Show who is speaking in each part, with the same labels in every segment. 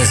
Speaker 1: Ez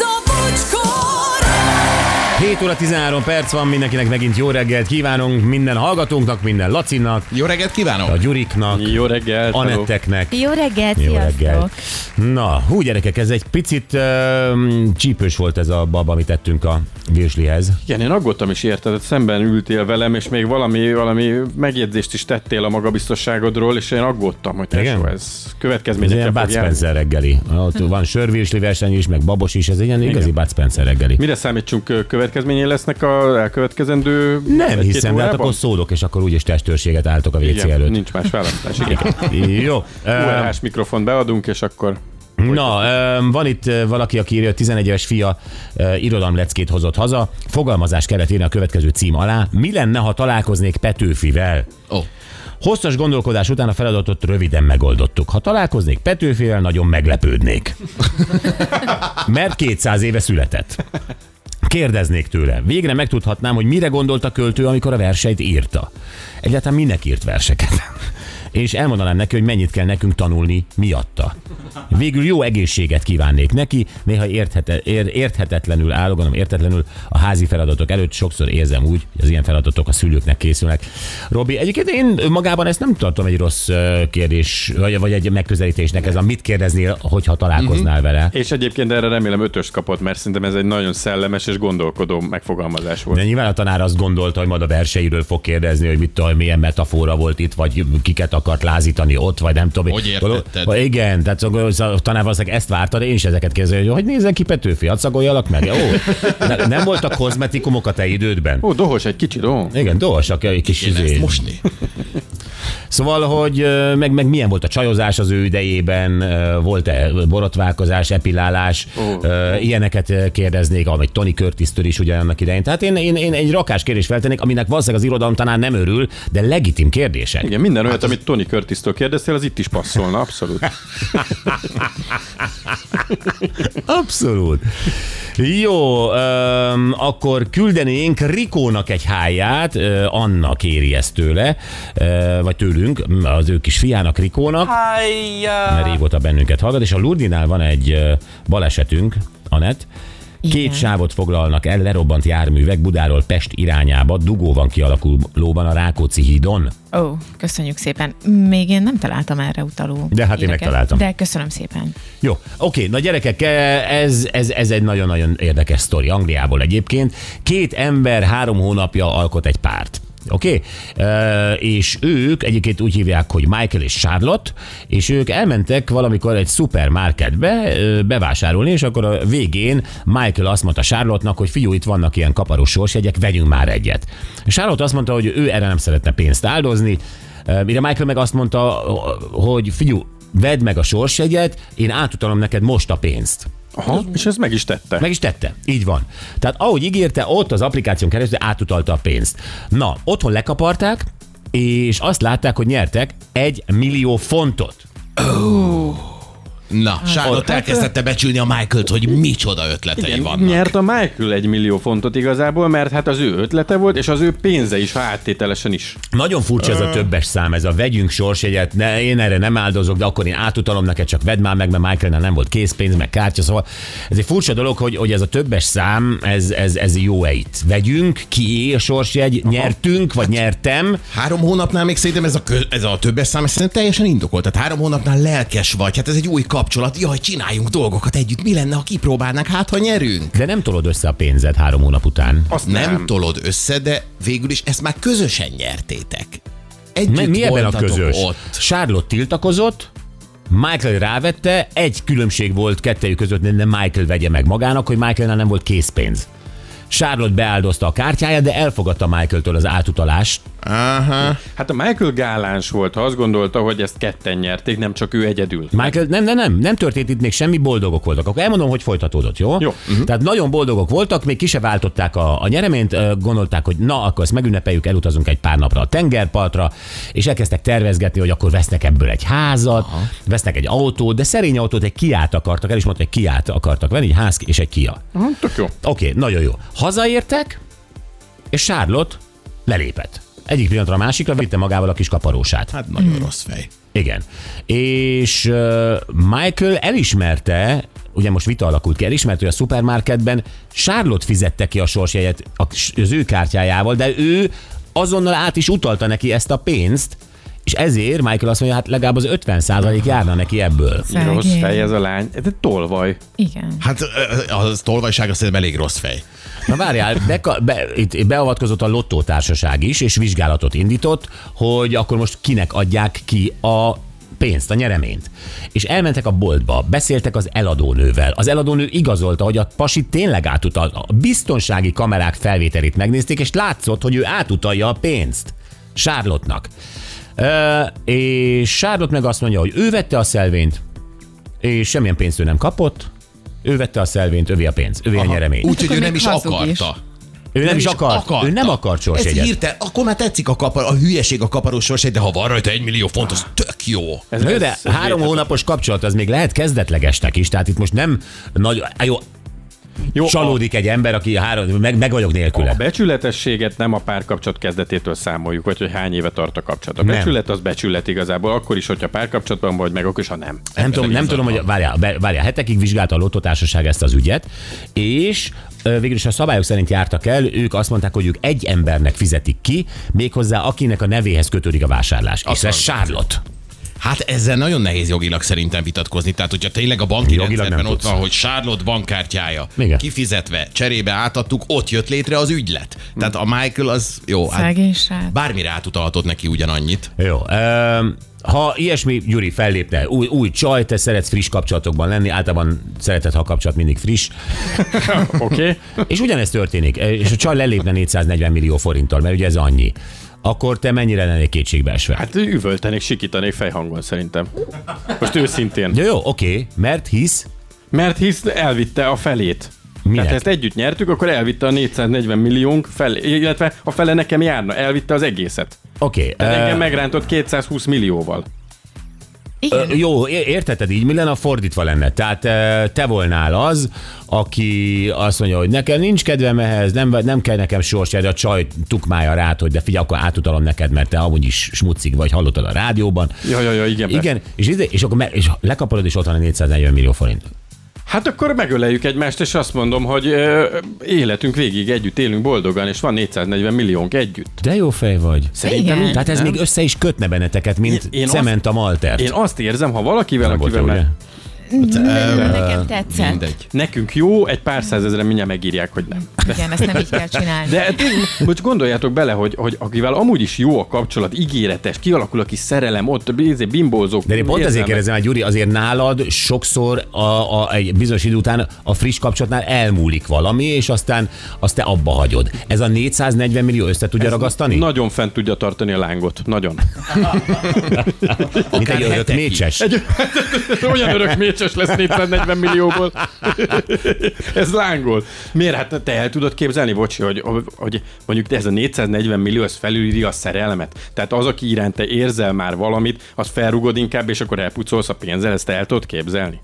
Speaker 2: a bocskor!
Speaker 3: 7 óra 13 perc van, mindenkinek megint jó reggelt kívánunk, minden hallgatónknak, minden Lacinak,
Speaker 4: Jó reggelt
Speaker 3: a
Speaker 4: kívánok!
Speaker 3: Gyuriknak,
Speaker 5: Jó reggelt! hello.
Speaker 3: Anetteknek.
Speaker 2: Jó reggelt,
Speaker 3: Jó
Speaker 2: sziasztok!
Speaker 3: reggelt. Na, hú gyerekek, ez egy picit uh, csípős volt ez a bab, amit tettünk a virslihez.
Speaker 5: Igen, én aggódtam is érted, hogy szemben ültél velem, és még valami, valami megjegyzést is tettél a magabiztosságodról, és én aggódtam, hogy
Speaker 3: Igen?
Speaker 5: tesó, ez
Speaker 3: Ez ilyen
Speaker 5: következményekre
Speaker 3: Bud
Speaker 5: fog járni.
Speaker 3: Spencer reggeli. Ott van sörvirsli verseny is, meg babos is, ez egy ilyen igazi Bud Spencer reggeli.
Speaker 5: Mire számítsunk, ö, következményei lesznek a elkövetkezendő
Speaker 3: Nem
Speaker 5: egy-két
Speaker 3: hiszem, de hát
Speaker 5: órában?
Speaker 3: akkor szólok, és akkor úgyis testőrséget álltok a WC
Speaker 5: Igen,
Speaker 3: előtt.
Speaker 5: nincs más választás. Igen.
Speaker 3: Jó. Ö,
Speaker 5: URH mikrofon beadunk, és akkor
Speaker 3: Na, ö, van itt ö, valaki, aki írja, hogy 11 éves fia ö, irodalomleckét hozott haza. Fogalmazás kellett írni a következő cím alá. Mi lenne, ha találkoznék Petőfivel?
Speaker 4: Ó.
Speaker 3: Hosszas gondolkodás után a feladatot röviden megoldottuk. Ha találkoznék Petőfivel, nagyon meglepődnék. Mert 200 éve született. Kérdeznék tőle. Végre megtudhatnám, hogy mire gondolt a költő, amikor a verseit írta. Egyáltalán minek írt verseket? És elmondanám neki, hogy mennyit kell nekünk tanulni miatta. Végül jó egészséget kívánnék neki, néha érthete, ér, érthetetlenül állok, gondolom értetlenül a házi feladatok előtt sokszor érzem úgy, hogy az ilyen feladatok a szülőknek készülnek. Robi, egyébként én magában ezt nem tartom egy rossz ö, kérdés, vagy, vagy egy megközelítésnek ez a mit kérdeznél, hogyha találkoznál vele.
Speaker 5: és egyébként erre remélem ötöst kapott, mert szerintem ez egy nagyon szellemes és gondolkodó megfogalmazás volt.
Speaker 3: De nyilván a tanár azt gondolta, hogy majd a verseiről fog kérdezni, hogy mit tudom, milyen metafora volt itt, vagy kiket akart lázítani ott, vagy nem tudom.
Speaker 4: Hogy értetted?
Speaker 3: Vagy- Igen, tehát akkor a tanár valószínűleg ezt várta, de én is ezeket kérdezem, hogy hogy nézzen ki Petőfi, hadd szagoljalak meg. Ó, ne, nem voltak kozmetikumok a te idődben?
Speaker 5: Ó, dohos, egy kicsit, ó.
Speaker 3: Igen, dolsak, egy kis
Speaker 4: Kéne
Speaker 3: izé.
Speaker 4: ezt mosni.
Speaker 3: Szóval, hogy ö, meg, meg milyen volt a csajozás az ő idejében, ö, volt-e borotválkozás, epilálás,
Speaker 5: Ó.
Speaker 3: ö, ilyeneket ö, kérdeznék, amit Tony curtis is ugye annak idején. Tehát én, én, én egy rakás kérdést feltennék, aminek valószínűleg az irodalom tanár nem örül, de legitim kérdések.
Speaker 5: Igen, minden olyat, amit Tony curtis kérdeztél, az itt is passzolna, abszolút.
Speaker 3: Abszolút. Jó, öm, akkor küldenénk Rikónak egy háját, ö, Anna kéri ezt tőle, ö, vagy tőlünk, az ő kis fiának, Rikónak. Hája! Mert régóta bennünket hallgat, és a Lurdinál van egy ö, balesetünk, Anett. Két
Speaker 2: Igen.
Speaker 3: sávot foglalnak el lerobbant járművek Budáról Pest irányába, dugó van kialakulóban a Rákóczi hídon.
Speaker 2: Ó, köszönjük szépen. Még én nem találtam erre utaló
Speaker 3: De hát én
Speaker 2: híreket.
Speaker 3: megtaláltam.
Speaker 2: De köszönöm szépen.
Speaker 3: Jó, oké, na gyerekek, e, ez, ez, ez egy nagyon-nagyon érdekes sztori Angliából egyébként. Két ember három hónapja alkot egy párt. Oké? Okay? És ők egyébként úgy hívják, hogy Michael és Charlotte, és ők elmentek valamikor egy szupermarketbe ö, bevásárolni, és akkor a végén Michael azt mondta Charlotte-nak, hogy fiú, itt vannak ilyen kaparós sorsjegyek, vegyünk már egyet. Charlotte azt mondta, hogy ő erre nem szeretne pénzt áldozni, Ö, Mire Michael meg azt mondta, hogy figyú, vedd meg a sorsjegyet, én átutalom neked most a pénzt.
Speaker 5: Aha, és ez meg is tette.
Speaker 3: Meg is tette. Így van. Tehát ahogy ígérte, ott az applikáción keresztül átutalta a pénzt. Na, otthon lekaparták, és azt látták, hogy nyertek egy millió fontot.
Speaker 4: Na, Charlotte elkezdette becsülni a Michael-t, hogy micsoda ötletei
Speaker 5: Igen,
Speaker 4: vannak.
Speaker 5: Nyert a Michael egy millió fontot igazából, mert hát az ő ötlete volt, és az ő pénze is, ha áttételesen is.
Speaker 3: Nagyon furcsa ez a többes szám, ez a vegyünk sorsjegyet, ne, én erre nem áldozok, de akkor én átutalom neked, csak vedd már meg, mert Michaelnál nem volt készpénz, meg kártya, szóval ez egy furcsa dolog, hogy, hogy ez a többes szám, ez, ez, ez jó-e itt. Vegyünk, kié a sorsjegy, nyertünk, vagy nyertem,
Speaker 4: Három hónapnál még szerintem ez a, kö, ez a többes szám, ez szerintem teljesen indokolt. Tehát három hónapnál lelkes vagy, hát ez egy új kapcsolat. Jaj, csináljunk dolgokat együtt, mi lenne, ha kipróbálnánk, hát ha nyerünk.
Speaker 3: de nem tolod össze a pénzed három hónap után.
Speaker 5: Azt
Speaker 4: Nem,
Speaker 5: nem.
Speaker 4: nem tolod össze, de végül is ezt már közösen nyertétek. Együtt
Speaker 3: Mi, mi ebben a
Speaker 4: voltatok
Speaker 3: közös?
Speaker 4: Ott.
Speaker 3: Charlotte tiltakozott, Michael rávette, egy különbség volt kettejük között, de Michael vegye meg magának, hogy Michaelnál nem volt készpénz. Charlotte beáldozta a kártyáját, de elfogadta Michaeltől az átutalást.
Speaker 4: Aha.
Speaker 5: Hát a Michael gáláns volt, ha azt gondolta, hogy ezt ketten nyerték, nem csak ő egyedül.
Speaker 3: Michael, nem, nem, nem, nem történt itt még semmi, boldogok voltak. Akkor elmondom, hogy folytatódott, jó?
Speaker 5: Jó.
Speaker 3: Uh-huh. Tehát nagyon boldogok voltak, még ki se váltották a, a nyereményt, ö, gondolták, hogy na, akkor ezt megünnepeljük, elutazunk egy pár napra a tengerpartra, és elkezdtek tervezgetni, hogy akkor vesznek ebből egy házat, Aha. vesznek egy autót, de szerény autót, egy kiát akartak, el is mondta, hogy kiát akartak venni, egy ház és egy kia.
Speaker 5: Aha, tök jó.
Speaker 3: Oké, okay, nagyon jó. Hazaértek, és Charlotte lelépett. Egyik pillanatra a másikra vitte magával a kis kaparósát.
Speaker 4: Hát nagyon rossz fej.
Speaker 3: Igen. És uh, Michael elismerte, ugye most vita alakult ki, elismerte, hogy a szupermarketben Charlotte fizette ki a sorsjegyet a- az ő kártyájával, de ő azonnal át is utalta neki ezt a pénzt, és ezért Michael azt mondja, hát legalább az 50 járna neki ebből.
Speaker 2: Szegény.
Speaker 5: Rossz fej ez a lány. Ez egy tolvaj.
Speaker 2: Igen.
Speaker 4: Hát ö, ö, az tolvajsága szerintem elég rossz fej.
Speaker 3: Na várjál, beka, be, itt beavatkozott a lottótársaság is, és vizsgálatot indított, hogy akkor most kinek adják ki a pénzt, a nyereményt. És elmentek a boltba, beszéltek az eladónővel. Az eladónő igazolta, hogy a pasi tényleg átutal. A biztonsági kamerák felvételét megnézték, és látszott, hogy ő átutalja a pénzt. Sárlottnak. Ö, és Sárlott meg azt mondja, hogy ő vette a szelvényt, és semmilyen pénzt ő nem kapott, ő vette a szelvényt, övé a pénz, övé a nyeremény.
Speaker 4: Úgyhogy
Speaker 2: akkor
Speaker 4: ő
Speaker 2: még
Speaker 4: nem is
Speaker 2: hazug is.
Speaker 4: akarta.
Speaker 3: Ő nem, nem is akar, akar. Ő nem akar
Speaker 4: Ez
Speaker 3: sorsjegyet.
Speaker 4: hirtelen, akkor már tetszik a, kapar, a hülyeség a kaparós sorsjegy, de ha van rajta egy millió font, az tök jó.
Speaker 5: Ez,
Speaker 3: Nő,
Speaker 5: ez-
Speaker 3: de
Speaker 5: ez
Speaker 3: három
Speaker 5: létezik.
Speaker 3: hónapos kapcsolat, az még lehet kezdetlegesnek is, tehát itt most nem nagy, á, jó,
Speaker 5: Jó, a,
Speaker 3: csalódik egy ember, aki három, meg, meg vagyok
Speaker 5: a
Speaker 3: nélküle.
Speaker 5: becsületességet nem a párkapcsolat kezdetétől számoljuk, vagy hogy hány éve tart a kapcsolat. A
Speaker 3: Nem.
Speaker 5: becsület az becsület igazából, akkor is, hogyha párkapcsolatban vagy, meg akkor is, ha nem.
Speaker 3: Nem tudom, nem tudom, hogy várjál, be- várjál, hetekig vizsgálta a lottótársaság ezt az ügyet, és ö, végül is a szabályok szerint jártak el, ők azt mondták, hogy ők egy embernek fizetik ki, méghozzá akinek a nevéhez kötődik a vásárlás. És ez Charlotte.
Speaker 4: Hát ezzel nagyon nehéz jogilag szerintem vitatkozni. Tehát, hogyha tényleg a banki
Speaker 3: Jogilag nem
Speaker 4: rendszerben ott
Speaker 3: tudsz.
Speaker 4: van, hogy Charlotte bankkártyája
Speaker 3: Igen.
Speaker 4: kifizetve, cserébe átadtuk, ott jött létre az ügylet. Tehát a Michael az jó, hát
Speaker 2: Szegény srác.
Speaker 4: bármire átutalhatott neki ugyanannyit.
Speaker 3: Jó. Öm, ha ilyesmi, Gyuri, fellépne, új, új csaj, te szeretsz friss kapcsolatokban lenni, általában szereted, ha a kapcsolat mindig friss,
Speaker 5: Oké? Okay?
Speaker 3: és ugyanezt történik, e, és a csaj lelépne 440 millió forinttal, mert ugye ez annyi, akkor te mennyire lennél kétségbeesve? Hát,
Speaker 5: Hát üvöltenék, sikítanék fejhangon szerintem. Most őszintén.
Speaker 3: jó, jó, oké, mert hisz,
Speaker 5: Mert hisz elvitte a felét.
Speaker 3: Minek?
Speaker 5: Tehát ha ezt együtt nyertük, akkor elvitte a 440 milliónk fel, illetve a fele nekem járna, elvitte az egészet.
Speaker 3: oké.
Speaker 5: Tehát
Speaker 3: ö,
Speaker 5: engem megrántott 220 millióval.
Speaker 2: Igen.
Speaker 3: Ö, Jó, é- érteted így, mi lenne, ha fordítva lenne? Tehát ö, te volnál az, aki azt mondja, hogy nekem nincs kedvem ehhez, nem, nem kell nekem sors, erre a csaj tukmája rád, hogy de figyelj, akkor átutalom neked, mert te amúgy is smucig vagy, hallottad a rádióban.
Speaker 5: Ja, ja, ja, igen. persze.
Speaker 3: Igen, és, ide, és akkor me, és lekapolod, és ott van a 440 millió forint.
Speaker 5: Hát akkor megöleljük egymást, és azt mondom, hogy ö, életünk végig együtt élünk boldogan, és van 440 milliónk együtt.
Speaker 3: De jó fej vagy.
Speaker 5: Szerintem
Speaker 2: Igen.
Speaker 5: így,
Speaker 3: Tehát ez
Speaker 5: nem?
Speaker 3: még össze is kötne benneteket, mint
Speaker 5: Én- én azt-
Speaker 3: cement a maltert.
Speaker 5: Én azt érzem, ha valakivel,
Speaker 3: Nem volt
Speaker 5: akivel
Speaker 3: jó, ugye?
Speaker 5: már
Speaker 2: Nekem tetszett.
Speaker 4: Mindegy.
Speaker 5: nekünk jó, egy pár százezre mindjárt megírják, hogy nem.
Speaker 2: Igen, ezt nem így kell csinálni.
Speaker 5: De tény- most gondoljátok bele, hogy, hogy akivel amúgy is jó a kapcsolat, ígéretes, kialakul a kis szerelem, ott izé, bimbózók.
Speaker 3: De én pont ezért
Speaker 5: érzelmek.
Speaker 3: kérdezem, hogy Gyuri, azért nálad sokszor a, a, egy bizonyos idő után a friss kapcsolatnál elmúlik valami, és aztán azt te abba hagyod. Ez a 440 millió össze tudja ez ragasztani?
Speaker 5: Nagyon fent tudja tartani a lángot, nagyon.
Speaker 3: Mint egy örök
Speaker 4: hetekig.
Speaker 3: mécses.
Speaker 5: Olyan örök mécses lesz 440 millióból. ez lángol. Miért? Hát te el tudod képzelni, bocsi, hogy, hogy mondjuk ez a 440 millió, ez felülírja a szerelmet. Tehát az, aki iránta érzel már valamit, az felrugod inkább, és akkor elpucolsz a pénzzel, ezt te el tudod képzelni?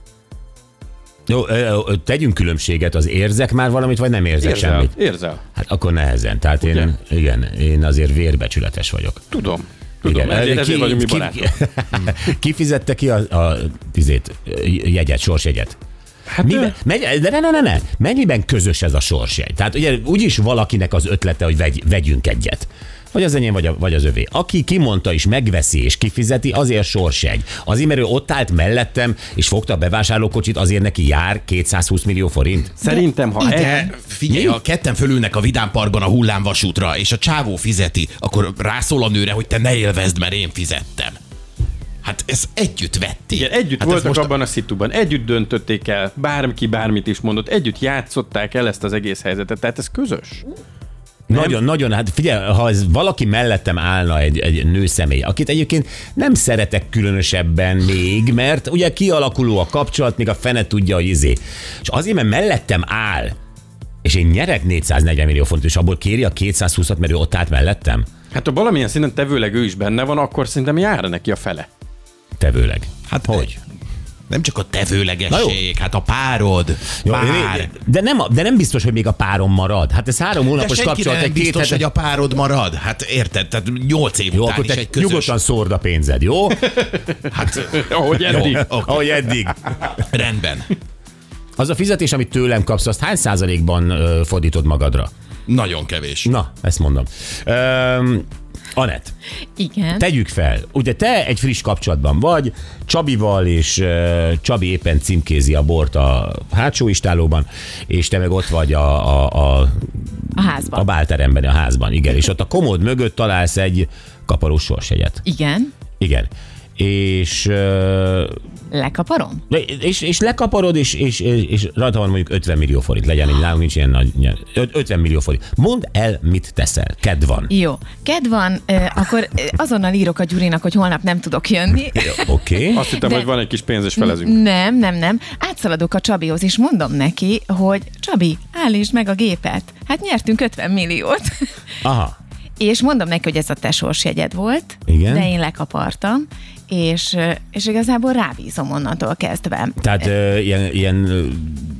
Speaker 3: Jó, ö, ö, ö, tegyünk különbséget, az érzek már valamit, vagy nem érzek érzel.
Speaker 5: Érzel.
Speaker 3: semmit?
Speaker 5: Érzel.
Speaker 3: Hát akkor nehezen. Tehát én, igen, én azért vérbecsületes vagyok.
Speaker 5: Tudom. Tudom, igen. ezért, ezért vagyunk mi barátok.
Speaker 3: ki fizette ki a, a tizét, jegyet, sorsjegyet? Hát Miben, megy, de ne, ne, ne, ne, mennyiben közös ez a sorsjegy? Tehát ugye úgyis valakinek az ötlete, hogy vegy, vegyünk egyet. Vagy az enyém, vagy, a, vagy az övé. Aki kimondta és megveszi és kifizeti, azért sorsjegy. Azért, mert ő ott állt mellettem, és fogta a bevásárlókocsit, azért neki jár 220 millió forint.
Speaker 5: Szerintem, ha
Speaker 4: De
Speaker 5: egy,
Speaker 4: figyelj, ha ketten fölülnek a Vidám Parkban a hullámvasútra, és a csávó fizeti, akkor rászól a nőre, hogy te ne élvezd, mert én fizettem. Hát ez együtt vették.
Speaker 5: igen, együtt
Speaker 4: hát
Speaker 5: hát
Speaker 4: ez
Speaker 5: voltak
Speaker 4: most-
Speaker 5: abban a szituban, együtt döntötték el, bárki bármit is mondott, együtt játszották el ezt az egész helyzetet, tehát ez közös.
Speaker 3: Nagyon, nagyon, hát figyelj, ha ez valaki mellettem állna egy, egy nőszemély, akit egyébként nem szeretek különösebben még, mert ugye kialakuló a kapcsolat, még a fene tudja, hogy izé. És azért, mert mellettem áll, és én nyerek 440 millió fontot, és abból kéri a 220-at, mert ő ott állt mellettem,
Speaker 5: Hát ha valamilyen szinten tevőleg ő is benne van, akkor szerintem jár neki a fele.
Speaker 3: tevőleg.
Speaker 4: Hát hogy? Nem csak a tevőlegesség, hát a párod.
Speaker 3: Jó,
Speaker 4: pár.
Speaker 3: de, nem, a- de nem biztos, hogy még a párom marad. Hát ez három
Speaker 4: De
Speaker 3: hónapos
Speaker 4: senki
Speaker 3: kapcsolat,
Speaker 4: nem
Speaker 3: egy két
Speaker 4: biztos,
Speaker 3: hete...
Speaker 4: hogy a párod marad. Hát érted, tehát nyolc év
Speaker 3: Jó,
Speaker 4: után
Speaker 3: akkor
Speaker 4: is
Speaker 3: te
Speaker 4: egy közös.
Speaker 3: nyugodtan szórd a pénzed, jó?
Speaker 4: Hát
Speaker 5: Ahogy eddig.
Speaker 4: okay.
Speaker 3: Ahogy eddig.
Speaker 4: rendben.
Speaker 3: Az a fizetés, amit tőlem kapsz, azt hány százalékban ö, fordítod magadra?
Speaker 4: Nagyon kevés.
Speaker 3: Na, ezt mondom. Öm, Anett,
Speaker 2: Igen.
Speaker 3: tegyük fel, ugye te egy friss kapcsolatban vagy, Csabival, és ö, Csabi éppen címkézi a bort a hátsó istálóban, és te meg ott vagy a, a, a
Speaker 2: A házban.
Speaker 3: A bálteremben, a házban, igen. És ott a komód mögött találsz egy kaparós sorsjegyet.
Speaker 2: Igen.
Speaker 3: Igen. És, ö,
Speaker 2: Lekaparom?
Speaker 3: de- és, és lekaparod, és, és, és, és rajta van mondjuk 50 millió forint. Legyen, így nálunk nincs ilyen nagy. ilyen- öt- 50 millió forint. Mondd el, mit teszel. Ked van.
Speaker 2: Jó. Kedv van, ö, akkor ö, azonnal írok a Gyurinak, hogy holnap nem tudok jönni.
Speaker 3: Oké. Okay.
Speaker 5: Azt hittem,
Speaker 2: De- Mm,
Speaker 5: hogy van egy kis pénz, és felezünk.
Speaker 2: Nem, nem, nem. Átszaladok a Csabihoz, és mondom neki, hogy Csabi, állítsd meg a gépet. Hát nyertünk 50 milliót.
Speaker 3: Aha.
Speaker 2: és mondom neki, hogy ez a te sorsjegyed volt,
Speaker 3: Igen.
Speaker 2: de én lekapartam, és, ö, és igazából rábízom onnantól kezdve.
Speaker 3: Tehát ö, ilyen, ilyen ö,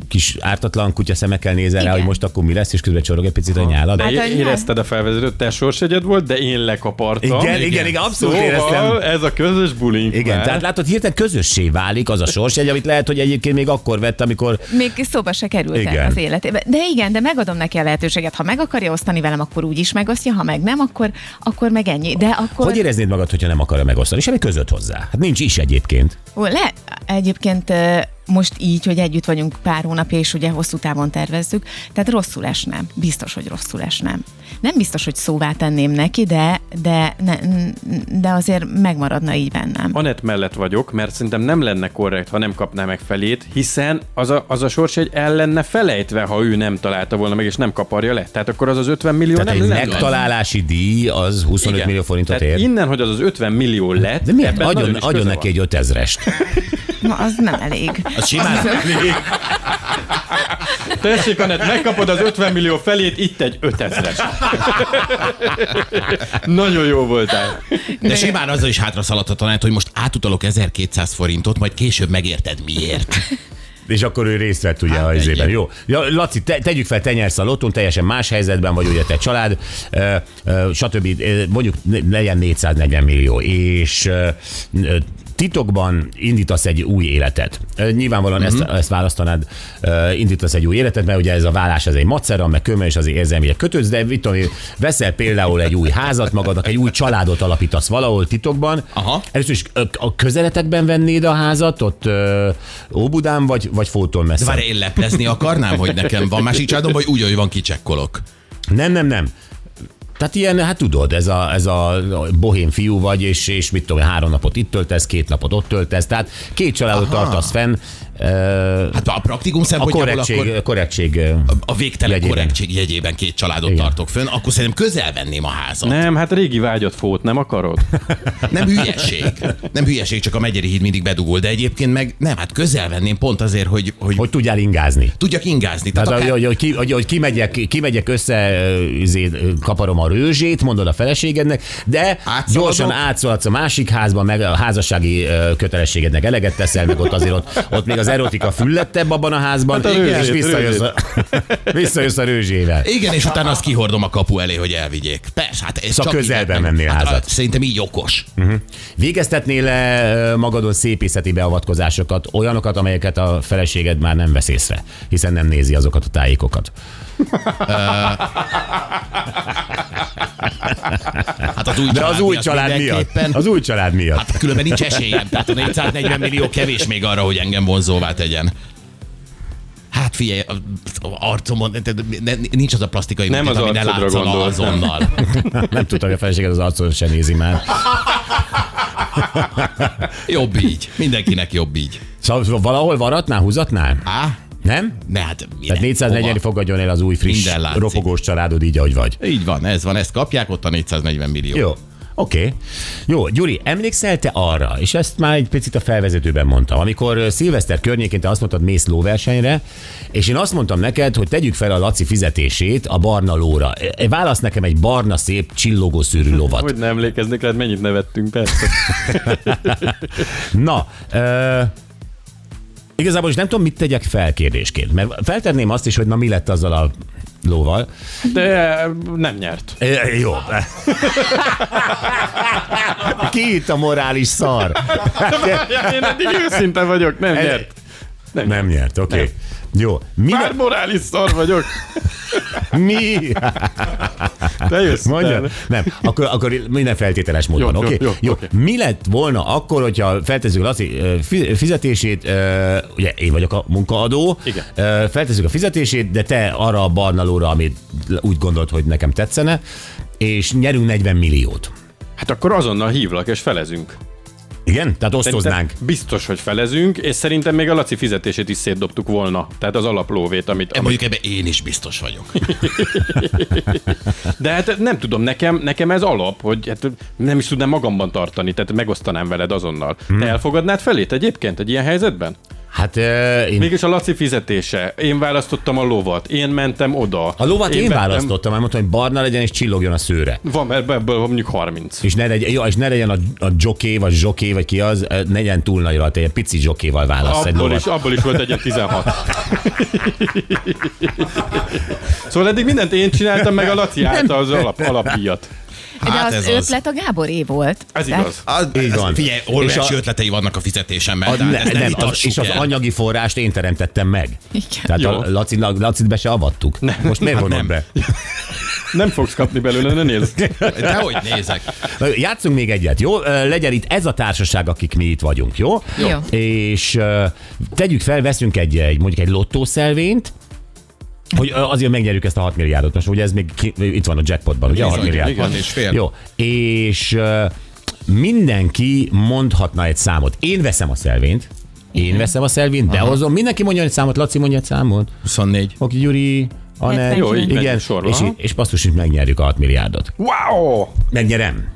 Speaker 3: kis ártatlan kutya szemekkel nézel rá,
Speaker 2: Igen.
Speaker 3: hogy most akkor mi lesz, és közben csorog egy picit a nyálad.
Speaker 5: De
Speaker 2: Hát,
Speaker 5: é-
Speaker 2: hogy
Speaker 5: érezted a felvezetőt, te sorsegyed volt, de én lekapartam.
Speaker 3: Igen, igen, igen, abszolút
Speaker 5: szóval
Speaker 3: éreztem.
Speaker 5: ez a közös bulink
Speaker 3: Igen,
Speaker 5: már.
Speaker 3: tehát látod, hirtelen közössé válik az a sorsjegy, amit lehet, hogy egyébként még akkor vett, amikor
Speaker 2: Még szóba se került
Speaker 3: Igen.
Speaker 2: el az életébe. De igen, de megadom neki a lehetőséget. Ha meg akarja osztani velem, akkor úgy is megosztja, ha meg nem, akkor, akkor meg ennyi. De akkor...
Speaker 3: Hogy éreznéd magad, hogyha nem akarja megosztani? Semmi között hozzá. Hát nincs is egyébként.
Speaker 2: Ó, Le, egyébként ö, most így, hogy együtt vagyunk pár hónapja, és ugye hosszú távon tervezzük, tehát rosszul esne. Biztos, hogy rosszul esne. Nem biztos, hogy szóvá tenném neki, de, de, ne, n- de azért megmaradna így bennem.
Speaker 5: Anett mellett vagyok, mert szerintem nem lenne korrekt, ha nem kapná meg felét, hiszen az a, az a sors egy el lenne felejtve, ha ő nem találta volna meg, és nem kaparja le. Tehát akkor az az 50 millió
Speaker 3: Tehát
Speaker 5: nem
Speaker 3: egy
Speaker 5: lenne.
Speaker 3: megtalálási díj az 25
Speaker 5: Igen.
Speaker 3: millió forintot
Speaker 5: Tehát
Speaker 3: ér.
Speaker 5: innen, hogy az az 50 millió lett,
Speaker 3: De miért?
Speaker 5: ebben
Speaker 3: Adjon,
Speaker 5: nagyon is
Speaker 3: adjon
Speaker 5: köze
Speaker 3: neki
Speaker 5: van.
Speaker 3: egy 5000-est.
Speaker 2: Na, az nem elég.
Speaker 4: Az simán
Speaker 5: Tessék, Anett, megkapod az 50 millió felét, itt egy 5000-es. nagyon jó voltál.
Speaker 4: De simán azzal is hátra szaladt a tanács, hogy most átutalok 1200 forintot, majd később megérted miért.
Speaker 3: És akkor ő részt vett ugye
Speaker 4: Hát,
Speaker 3: hát, a izében.
Speaker 4: ennyi.
Speaker 3: Jó. Ja, Laci, te, tegyük fel, te nyersz a lotton, teljesen más helyzetben vagy, ugye te család, ö, ö, stb. Ö, Mondjuk ne- legyen 440 millió, és ö, ö, titokban indítasz egy új életet. Ö, Nyilvánvalóan mm-hmm.
Speaker 5: Mhm.
Speaker 3: ezt, ezt választanád, ö, indítasz egy új életet, mert ugye ez a vállás, ez egy macera, meg köme, és azért érzelmileg kötődsz, de mit tudom, én, veszel például egy új házat magadnak, egy új családot alapítasz valahol titokban,
Speaker 4: Aha.
Speaker 3: Először is ö, a közeletekben vennéd a házat, ott ö, Óbudán vagy, vagy Fóton messze?
Speaker 4: De várj, én leplezni akarnám, hogy nekem van másik családom, vagy úgy, hogy van, kicsekkolok.
Speaker 3: Nem, nem, nem. Tehát ilyen, hát tudod, ez a, ez a bohém fiú vagy, és, és mit tudom, én, három napot itt töltesz, két napot ott töltesz, tehát két családot
Speaker 4: Aha.
Speaker 3: tartasz fenn, ö,
Speaker 4: Hát a praktikum
Speaker 3: a
Speaker 4: szempontjából
Speaker 3: korrektség,
Speaker 4: akkor
Speaker 3: akkor... korrektség. ö,
Speaker 4: a végtelen
Speaker 3: jegyében.
Speaker 4: korrektség jegyében két családot
Speaker 3: Igen.
Speaker 4: tartok fönn, akkor szerintem közel venném a házat. Nem,
Speaker 5: Nem, hát régi vágyat fót, nem akarod?
Speaker 4: nem hülyeség. Nem hülyeség, csak a Megyeri híd mindig bedugol, de egyébként meg nem, hát közel venném pont azért, hogy, hogy, hogy
Speaker 3: Hogy Hát tudjál ingázni.
Speaker 4: tudjak ingázni. Tehát
Speaker 3: Tehát,
Speaker 4: akár...
Speaker 3: hogy, hogy, hogy, ki, hogy, hogy kimegyek, kimegyek össze, ö, izé, ö, kaparom a rőzsét, mondod a feleségednek, de
Speaker 4: Átszaladok.
Speaker 3: gyorsan átszaladsz a másik házba, meg a házassági ö, kötelességednek eleget teszel, meg ott azért ott, ott még az erotika füllettebb abban a házban,
Speaker 5: Hát a rőzsét,
Speaker 3: és visszajössz a, visszajössz a rőzsével.
Speaker 4: Igen, és utána azt kihordom a kapu elé, hogy elvigyék. Persze, hát ez
Speaker 3: Szóval
Speaker 4: csak
Speaker 3: közelben
Speaker 4: így-
Speaker 3: mennél
Speaker 4: hát,
Speaker 3: házat.
Speaker 4: Szerintem így okos.
Speaker 3: Mhm. Végeztetnél -e magadon szépészeti beavatkozásokat, olyanokat, amelyeket a feleséged már nem vesz észre, hiszen nem nézi azokat a tájékokat.
Speaker 4: Hát az új
Speaker 3: De az új család miatt.
Speaker 4: mindenképpen-
Speaker 3: Az új család miatt.
Speaker 4: Hát különben nincs esélyem, tehát a 440 millió kevés még arra, hogy engem vonzóvá tegyen. Hát figyelj, a- a arcomon, tehát ne- nincs az a plastikai
Speaker 5: Nem
Speaker 4: műtét,
Speaker 5: az
Speaker 4: ami ne
Speaker 5: arcodra
Speaker 4: látszana
Speaker 5: gondolt,
Speaker 4: azonnal.
Speaker 3: Nem tudtam, hogy a feleséged az arcon sem nézi már.
Speaker 4: Jobb így. Mindenkinek jobb így.
Speaker 3: Szóval valahol varatnál, húzatnál?
Speaker 4: Á?
Speaker 3: Nem?
Speaker 4: Ne, hát
Speaker 3: Tehát
Speaker 4: minek?
Speaker 3: 440 fogadjon el az új friss
Speaker 4: Minden látszik.
Speaker 3: ropogós családod így, ahogy vagy.
Speaker 4: Hova? Így van, ez van, ezt kapják ott a 440 millió.
Speaker 3: Jó. Oké. Okay. Jó, Gyuri, emlékszel te arra, és ezt már egy picit a felvezetőben mondtam, amikor ö, szilveszter környékén te azt mondtad, mész lóversenyre, és én azt mondtam neked, hogy tegyük fel a Laci fizetését a barna lóra. Ö, Válasz nekem egy barna szép csillogó szűrű lovat.
Speaker 5: Hogy nem emlékeznék, lehet mennyit nevettünk, persze.
Speaker 3: Na, ö, Igazából is nem tudom, mit tegyek fel kérdésként, mert feltenném azt is, hogy na mi lett azzal a lóval.
Speaker 5: De nem nyert.
Speaker 3: E, jó. Ki itt a morális szar? Hát,
Speaker 5: Én eddig őszinte vagyok, nem nyert.
Speaker 3: Nem, nem nyert, oké. Okay. Jó. Mi,
Speaker 5: Már morális szar vagyok.
Speaker 3: mi?
Speaker 5: Te jössz.
Speaker 3: Mondja?
Speaker 5: utána.
Speaker 3: Nem. Akkor, akkor minden feltételes módon,
Speaker 5: Jó, jó,
Speaker 3: oké?
Speaker 5: jó,
Speaker 3: Jó.
Speaker 5: oké.
Speaker 3: Mi lett volna akkor, hogyha feltezzük Laci ö, fi- fizetését, ö, ugye én vagyok a munkaadó,
Speaker 5: Igen.
Speaker 3: ö, feltezzük a fizetését, de te arra a barna lóra, amit úgy gondolt, hogy nekem tetszene, és nyerünk 40 milliót.
Speaker 5: Hát akkor azonnal hívlak és felezünk.
Speaker 3: Igen? Tehát osztoznánk.
Speaker 5: Szerintem Biztos, hogy felezünk, és szerintem még a Laci fizetését is szétdobtuk volna. Tehát az alaplóvét, amit...
Speaker 4: E,
Speaker 5: amit
Speaker 4: mondjuk ebben én is biztos vagyok.
Speaker 5: de hát nem tudom, nekem, nekem ez alap, hogy hát nem is tudnám magamban tartani, tehát megosztanám veled azonnal. Hmm. Te elfogadnád felét egyébként egy ilyen helyzetben?
Speaker 3: Hát ö, én...
Speaker 5: Mégis a Laci fizetése. Én választottam a lovat, én mentem oda.
Speaker 3: A lovat én, én
Speaker 5: vettem-
Speaker 3: választottam, mert mondtam, hogy barna legyen és csillogjon a szőre.
Speaker 5: Van mert ebből mondjuk 30.
Speaker 3: És ne legyen, jó, és ne legyen a, a jockey, vagy zsoké, vagy ki az, eh, ne legyen túl nagy rajta, egy pici jokéval válasz egy
Speaker 5: Abból
Speaker 3: lovat.
Speaker 5: is, abból is volt egy 16. szóval eddig mindent én csináltam, meg a Laci által az alap, alapdíjat.
Speaker 2: De
Speaker 4: Hát
Speaker 2: hát az
Speaker 4: ez az.
Speaker 2: ötlet az. a Gáboré volt.
Speaker 5: Ez
Speaker 2: Tehát
Speaker 5: igaz.
Speaker 4: Az,
Speaker 3: Így van.
Speaker 4: Hát, Figyelj,
Speaker 3: És a-
Speaker 4: óriási ötletei vannak a fizetésemben,
Speaker 3: A,
Speaker 4: de
Speaker 3: ne,
Speaker 4: ezt nem,
Speaker 3: nem, az,
Speaker 4: vitassuk
Speaker 3: és az
Speaker 4: el.
Speaker 3: anyagi forrást én teremtettem meg.
Speaker 2: Igen.
Speaker 3: Tehát
Speaker 5: Jó.
Speaker 3: a Laci, Lacit be se avattuk. Nem. Most miért vonod
Speaker 4: nem.
Speaker 3: be?
Speaker 5: Nem fogsz kapni belőle, ne nézd.
Speaker 4: Dehogy nézek.
Speaker 3: Na, játszunk még egyet, jó? Ö, Legyen itt ez a társaság, akik mi itt vagyunk, jó?
Speaker 2: Jó. Jó.
Speaker 3: És ö, tegyük fel, veszünk egy, egy mondjuk egy lottószelvényt, hogy ö, azért megnyerjük ezt a 6 milliárdot. Most ugye ez még ki, itt van a jackpotban, ugye? a 6
Speaker 4: Bizony,
Speaker 3: milliárd.
Speaker 4: igen, és fél.
Speaker 3: Jó. És ö, mindenki mondhatna egy számot. Én veszem a szelvényt, én veszem a szelvényt, behozom, mindenki mondja egy számot, Laci mondja egy számot.
Speaker 4: 24.
Speaker 3: Oké, Gyuri, Anett,
Speaker 2: 70. Jó, így
Speaker 3: igen,
Speaker 5: megyünk sorba,
Speaker 3: és,
Speaker 5: aha.
Speaker 3: és basszus, itt megnyerjük a 6 milliárdot.
Speaker 5: Wow!
Speaker 3: Megnyerem.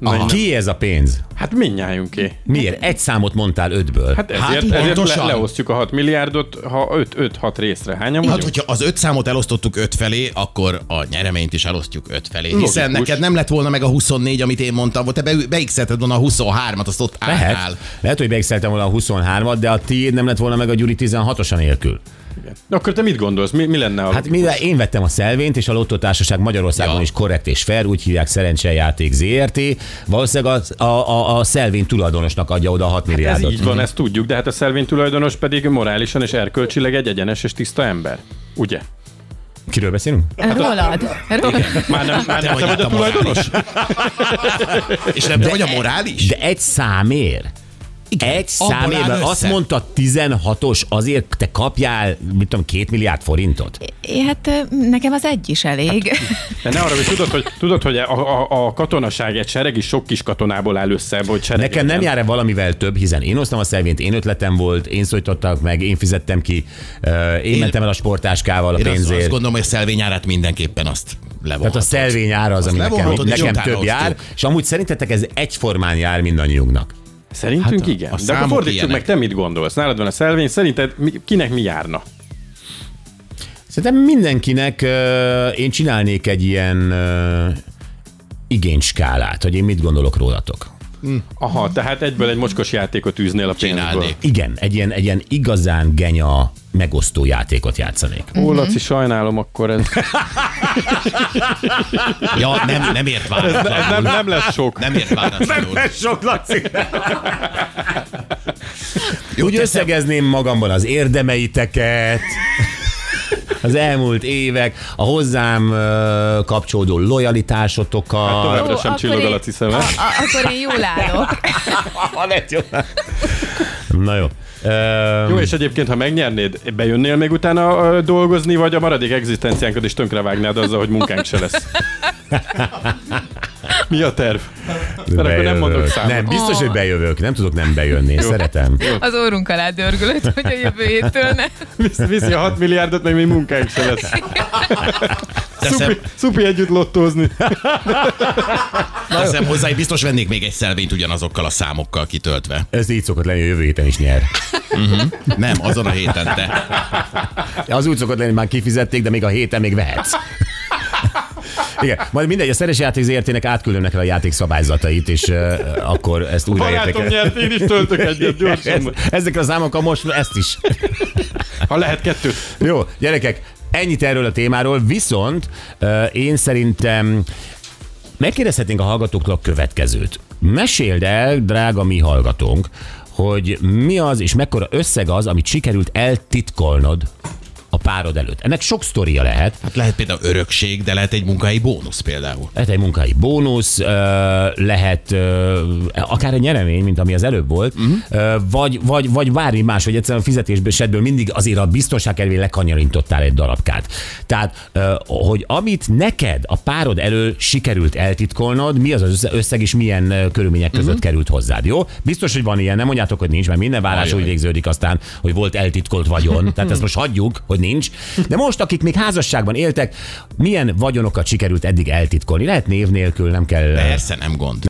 Speaker 5: Na, innen.
Speaker 3: Ki ez a pénz?
Speaker 5: Hát mindnyájunké.
Speaker 3: Miért? Egy számot mondtál ötből. Hát,
Speaker 5: Hát ezért,
Speaker 4: igen.
Speaker 5: ezért le,
Speaker 4: Pontosan.
Speaker 5: leosztjuk a 6 milliárdot, ha 5-6 részre. Hányan
Speaker 4: Hát,
Speaker 5: vagyunk?
Speaker 4: hogyha az öt számot elosztottuk öt felé, akkor a nyereményt is elosztjuk öt felé. Hiszen
Speaker 5: Logikus.
Speaker 4: neked nem lett volna meg a 24, amit én mondtam, volt, te be, beixelted volna a 23-at, azt ott
Speaker 3: lehet,
Speaker 4: állnál.
Speaker 3: lehet, hogy beigszeltem volna a 23-at, de a tiéd nem lett volna meg a Gyuri 16-osa nélkül.
Speaker 5: Igen. Na, Akkor te mit gondolsz? Mi, mi lenne a...
Speaker 3: Hát mivel én vettem a szelvényt, és a Lottótársaság Magyarországon ja.
Speaker 4: Ja.
Speaker 3: is korrekt és fair, úgy hívják szerencsejáték ZRT, valószínűleg a, a, a, a szelvény tulajdonosnak adja oda a 6
Speaker 5: Hát ez
Speaker 3: milliárdot.
Speaker 5: így van, ezt tudjuk, de hát a szelvény tulajdonos pedig morálisan és erkölcsileg egy egyenes és tiszta ember. Ugye?
Speaker 3: Kiről beszélünk?
Speaker 5: Hát,
Speaker 2: Rólad. Rólad.
Speaker 5: Már
Speaker 3: Hát
Speaker 5: Hát nem,
Speaker 4: Hát
Speaker 5: már
Speaker 4: Te vagy
Speaker 5: nem te vagy
Speaker 4: itt
Speaker 5: a
Speaker 4: a
Speaker 5: tulajdonos?
Speaker 4: És nem te vagy a morális?
Speaker 3: De egy számér. Igen, egy
Speaker 4: abból áll
Speaker 3: számér, mert
Speaker 4: össze.
Speaker 3: azt mondta 16-os, azért te kapjál, mit tudom, két milliárd forintot.
Speaker 2: É, Hát ö, nekem az egy is elég.
Speaker 5: Hát, De ne arra, hogy tudod, hogy, tudod, hogy a, a, a katonaság egy sereg is sok kis katonából áll össze, hogy sereg.
Speaker 3: Nekem nem jár-e valamivel több, hiszen én hoztam a szelvényt, én ötletem volt, én szólítottak meg, én fizettem ki, ö, én, én mentem el a sportáskával a
Speaker 4: Én azt, azt
Speaker 3: pénzért.
Speaker 4: gondolom, hogy a szelvényárát mindenképpen azt
Speaker 3: Tehát a
Speaker 4: levonhatod.
Speaker 3: szelvény ára az, ami nekem,
Speaker 4: levonhatod, és
Speaker 3: nekem
Speaker 4: utána
Speaker 3: több jár,
Speaker 4: osztjuk.
Speaker 3: és amúgy szerintetek ez egyformán jár mindannyiunknak.
Speaker 5: Szerintünk
Speaker 4: Hát
Speaker 5: hát
Speaker 4: a-
Speaker 5: igen.
Speaker 4: a
Speaker 5: De akkor
Speaker 4: számok
Speaker 5: fordítsuk
Speaker 4: ilyenek.
Speaker 5: meg, te mit gondolsz? Nálad van a szelvény, szerinted mi, kinek mi járna?
Speaker 3: Szerintem mindenkinek ö, én csinálnék egy ilyen ö, igényskálát, hogy én mit gondolok rólatok.
Speaker 5: Aha, tehát egyből egy mocskos játékot űznél a pénzből.
Speaker 4: Csinálnék.
Speaker 3: Igen, egy ilyen, egy ilyen igazán genya megosztó játékot játszanék.
Speaker 5: Ó, Laci, sajnálom, akkor ez,
Speaker 4: Ja, nem, nem ért
Speaker 5: ez nem,
Speaker 4: váratlanul.
Speaker 5: nem lesz sok.
Speaker 4: Nem ért váratlanul.
Speaker 3: sok, Laci!
Speaker 4: Jó,
Speaker 3: Úgy összegezném magamban az érdemeiteket, az elmúlt évek, a hozzám ö, kapcsolódó lojalitásotokat.
Speaker 5: Továbbra
Speaker 2: Ó,
Speaker 5: sem
Speaker 2: akkor
Speaker 5: csillog
Speaker 2: én-
Speaker 5: a Laci szeme.
Speaker 2: A- a- Akkor én jól állok.
Speaker 3: Na jó. Ö,
Speaker 5: Jó, és egyébként, ha megnyernéd, bejönnél még utána ö, dolgozni, vagy a maradék egzisztenciánkat is tönkrevágnád azzal, hogy munkánk se lesz? Mi a terv? Mert akkor nem
Speaker 3: bejövök.
Speaker 5: mondok számot.
Speaker 3: Nem, biztos, hogy bejövök. Nem tudok nem bejönni. Én szeretem.
Speaker 2: Az orrunk alá dörgölött, hogy a jövő héttől ne.
Speaker 5: Visz- Viszi a 6 milliárdot, meg még munkánk se lesz.
Speaker 4: teszem,
Speaker 5: Szupi együtt lottózni.
Speaker 4: teszem hozzá, hogy biztos vennék még egy szelvényt ugyanazokkal a számokkal kitöltve.
Speaker 3: Ez így szokott lenni, hogy jövő héten is nyer.
Speaker 4: Nem, azon a héten te.
Speaker 3: Az úgy szokott lenni, hogy már kifizették, de még a héten még vehetsz. Igen. Majd mindegy, a szeres játék ZRT-nek átküldöm neked a játék szabályzatait, és uh, akkor ezt újra
Speaker 5: Barátom
Speaker 3: értek.
Speaker 5: nyert, én is töltök egyet gyorsan.
Speaker 3: Ezekre a számokkal most ezt is.
Speaker 5: Ha lehet kettőt.
Speaker 3: Jó, gyerekek, ennyit erről a témáról, viszont uh, én szerintem megkérdezhetnénk a hallgatóktól a következőt. Meséld el, drága mi hallgatónk, hogy mi az és mekkora összeg az, amit sikerült eltitkolnod a párod előtt. Ennek sok sztoria lehet.
Speaker 4: Hát lehet például örökség, de lehet egy munkai bónusz például.
Speaker 3: Lehet egy munkai bónusz, ö, lehet ö, akár egy nyeremény, mint ami az előbb volt, uh-huh. vagy, vagy, vagy várni más, hogy egyszerűen a fizetéseddből mindig azért a biztonság kedvéért lekanyarintottál egy darabkát. Tehát, ö, hogy amit neked a párod elől sikerült eltitkolnod, mi az az össze- összeg és milyen ö, körülmények között uh-huh. került hozzád, jó? Biztos, hogy van ilyen, nem mondjátok, hogy nincs, mert minden vállás úgy végződik aztán, hogy volt eltitkolt vagyon. Tehát ezt most hagyjuk, hogy nincs. De most, akik még házasságban éltek, milyen vagyonokat sikerült eddig eltitkolni? Lehet név nélkül, nem kell. ö,
Speaker 4: Persze nem gond.